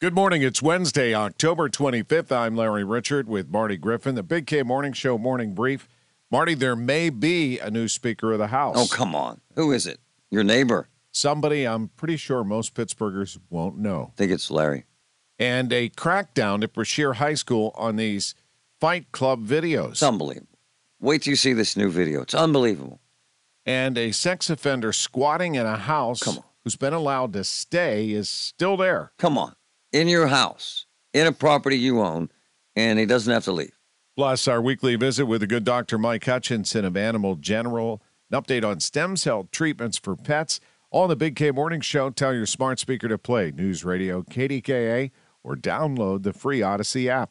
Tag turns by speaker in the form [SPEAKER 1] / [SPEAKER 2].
[SPEAKER 1] Good morning. It's Wednesday, October 25th. I'm Larry Richard with Marty Griffin, the Big K Morning Show Morning Brief. Marty, there may be a new Speaker of the House.
[SPEAKER 2] Oh, come on. Who is it? Your neighbor.
[SPEAKER 1] Somebody I'm pretty sure most Pittsburghers won't know.
[SPEAKER 2] I think it's Larry.
[SPEAKER 1] And a crackdown at Brashear High School on these Fight Club videos.
[SPEAKER 2] It's unbelievable. Wait till you see this new video. It's unbelievable.
[SPEAKER 1] And a sex offender squatting in a house
[SPEAKER 2] Come on.
[SPEAKER 1] who's been allowed to stay is still there.
[SPEAKER 2] Come on. In your house, in a property you own, and he doesn't have to leave.
[SPEAKER 1] Plus, our weekly visit with the good Dr. Mike Hutchinson of Animal General, an update on stem cell treatments for pets. All on the Big K Morning Show, tell your smart speaker to play News Radio KDKA or download the free Odyssey app.